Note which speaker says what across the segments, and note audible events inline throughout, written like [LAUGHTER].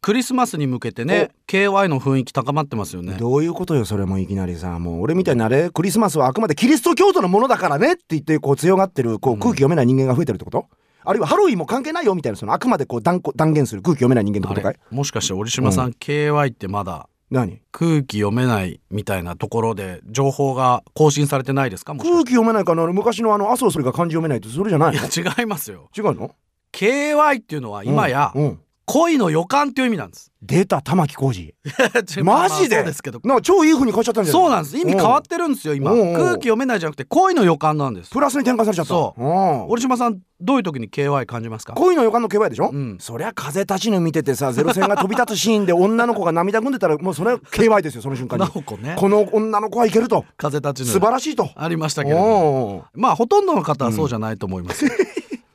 Speaker 1: クリスマスに向けてね KY の雰囲気高まってますよね
Speaker 2: どういうことよそれもいきなりさもう俺みたいなあれクリスマスはあくまでキリスト教徒のものだからねって言ってこう強がってるこう空気読めない人間が増えてるってこと、あるいはハロウィンも関係ないよみたいなそのあくまでこう断固断言する空気読めない人間って
Speaker 1: あ
Speaker 2: ことか
Speaker 1: れ
Speaker 2: い
Speaker 1: もしかして折島さん、KY ってまだ
Speaker 2: 何
Speaker 1: 空気読めないみたいなところで情報が更新されてないですかもしか
Speaker 2: 空気読めないかな昔のあの麻生それが漢字読めないってそれじゃないの
Speaker 1: していや違いますよ
Speaker 2: 違うの
Speaker 1: KY っていうのは今や
Speaker 2: うんうん
Speaker 1: 恋の予感っていう意味なんです、
Speaker 2: 出た玉置浩二
Speaker 1: [LAUGHS] まあ
Speaker 2: [LAUGHS] マジで
Speaker 1: そうですけど
Speaker 2: なんか超いい風に変えちゃったんじゃない
Speaker 1: そうなんです意味変わってるんですよ今
Speaker 2: うん
Speaker 1: 空気読めないじゃなくて恋の予感なんです
Speaker 2: プラスに転換されちゃった
Speaker 1: そう
Speaker 2: うん
Speaker 1: 折島さんどういう時に KY 感じますか
Speaker 2: 恋の予感のケバでしょ、
Speaker 1: うん
Speaker 2: そりゃ風立ちぬ見ててさゼロ戦が飛び立つシーンで女の子が涙ぐんでたらもうそれは KY ですよその瞬
Speaker 1: [LAUGHS]
Speaker 2: 間に
Speaker 1: なおこね
Speaker 2: この女の子はいけると
Speaker 1: 風立ち
Speaker 2: 素
Speaker 1: ぬ
Speaker 2: 晴らしいと
Speaker 1: ありましたけれども
Speaker 2: お
Speaker 1: まあほとんどの方はそうじゃないと思います、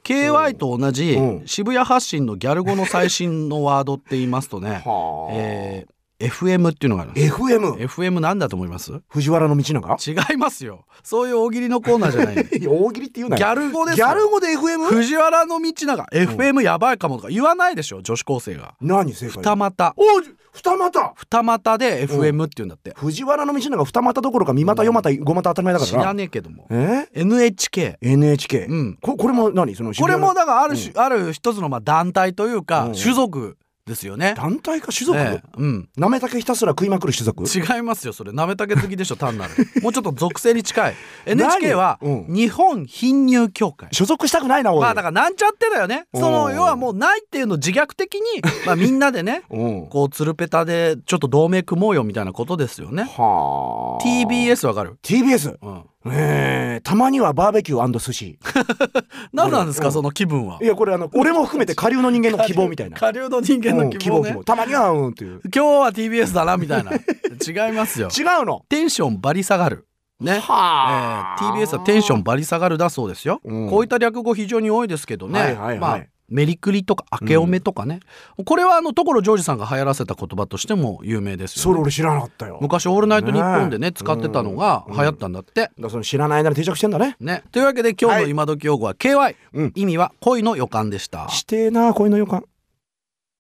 Speaker 1: KY と同じ
Speaker 2: うん
Speaker 1: 渋谷発信のギャル語の最新のワードって言いますとね
Speaker 2: ー、はあ、
Speaker 1: えー FM っていうのがあるんです
Speaker 2: FM
Speaker 1: FM なんだと思います
Speaker 2: 藤原の道長
Speaker 1: 違いますよそういう大喜利のコーナーじゃないギ
Speaker 2: [LAUGHS] いや大喜利って言うなよ
Speaker 1: ャル語です
Speaker 2: ギ
Speaker 1: よ
Speaker 2: ャル語で FM?
Speaker 1: 藤原の道長 FM やばいかもとか言わないでしょ女子高生が
Speaker 2: 何正解
Speaker 1: 二股
Speaker 2: おじ二股
Speaker 1: 二股で FM って言うんだって
Speaker 2: 藤原の道長二股どころか三股四股五股当たり前だ
Speaker 1: 知
Speaker 2: から
Speaker 1: ら
Speaker 2: な
Speaker 1: ねえけども
Speaker 2: え
Speaker 1: NHK
Speaker 2: ー NHK、
Speaker 1: うん
Speaker 2: ここれも何その
Speaker 1: こ
Speaker 2: 渋
Speaker 1: れ
Speaker 2: 谷の
Speaker 1: もだからある種ある一つのまあ団体という
Speaker 2: う
Speaker 1: か
Speaker 2: ん
Speaker 1: 種族ですよね
Speaker 2: 団体か種族、
Speaker 1: ええうん
Speaker 2: なめたけひたすら食いまくる種族
Speaker 1: 違いますよそれなめたけ好きでしょ単
Speaker 2: [LAUGHS]
Speaker 1: なるもうちょっと属性に近い
Speaker 2: 何
Speaker 1: NHK は
Speaker 2: うん
Speaker 1: 日本貧乳協会
Speaker 2: 所属したくないなおい、
Speaker 1: まあだからなんちゃってだよねそ
Speaker 2: お
Speaker 1: の
Speaker 2: ー
Speaker 1: 要はもうないっていうのを自虐
Speaker 2: [LAUGHS]
Speaker 1: 的にまあみんなでね
Speaker 2: うん
Speaker 1: こうつるペタでちょっと同盟組もうよみたいなことですよね
Speaker 2: はあ
Speaker 1: TBS わかる
Speaker 2: TBS
Speaker 1: うん
Speaker 2: えー、たまにはバーベキュー寿司
Speaker 1: 何なんです
Speaker 2: う
Speaker 1: か
Speaker 2: ん
Speaker 1: その気分はい
Speaker 2: やこれあの俺も含めて下流の人間の希望み
Speaker 1: [LAUGHS]
Speaker 2: たいな
Speaker 1: 下流の人間
Speaker 2: う
Speaker 1: の
Speaker 2: ん
Speaker 1: 希望ね
Speaker 2: たまにはうんっていう
Speaker 1: 今日は TBS だなみ
Speaker 2: [LAUGHS]
Speaker 1: たいな違いますよ
Speaker 2: 違うの
Speaker 1: テンションバリ下がるねえ
Speaker 2: は
Speaker 1: ー TBS はテンション
Speaker 2: ン
Speaker 1: バリ下がるだそうですよ、
Speaker 2: うん
Speaker 1: こういった略語非常に多いですけどね、
Speaker 2: はいはいはい
Speaker 1: まあメリクリとか明けおめとかね、これはあの所ジョージさんが流行らせた言葉としても有名です
Speaker 2: そ
Speaker 1: よ、
Speaker 2: れ
Speaker 1: ね、
Speaker 2: 俺知らなかったよだか
Speaker 1: 昔「オールナイトニッポン」でね
Speaker 2: ねえ
Speaker 1: 使ってたのが流行ったんだって、
Speaker 2: らその知らないなら定着してんだね
Speaker 1: ねというわけで今日
Speaker 2: は
Speaker 1: の
Speaker 2: い
Speaker 1: 今時用語は KY、
Speaker 2: うん
Speaker 1: 意味は恋の予感でした
Speaker 2: してえな恋の予感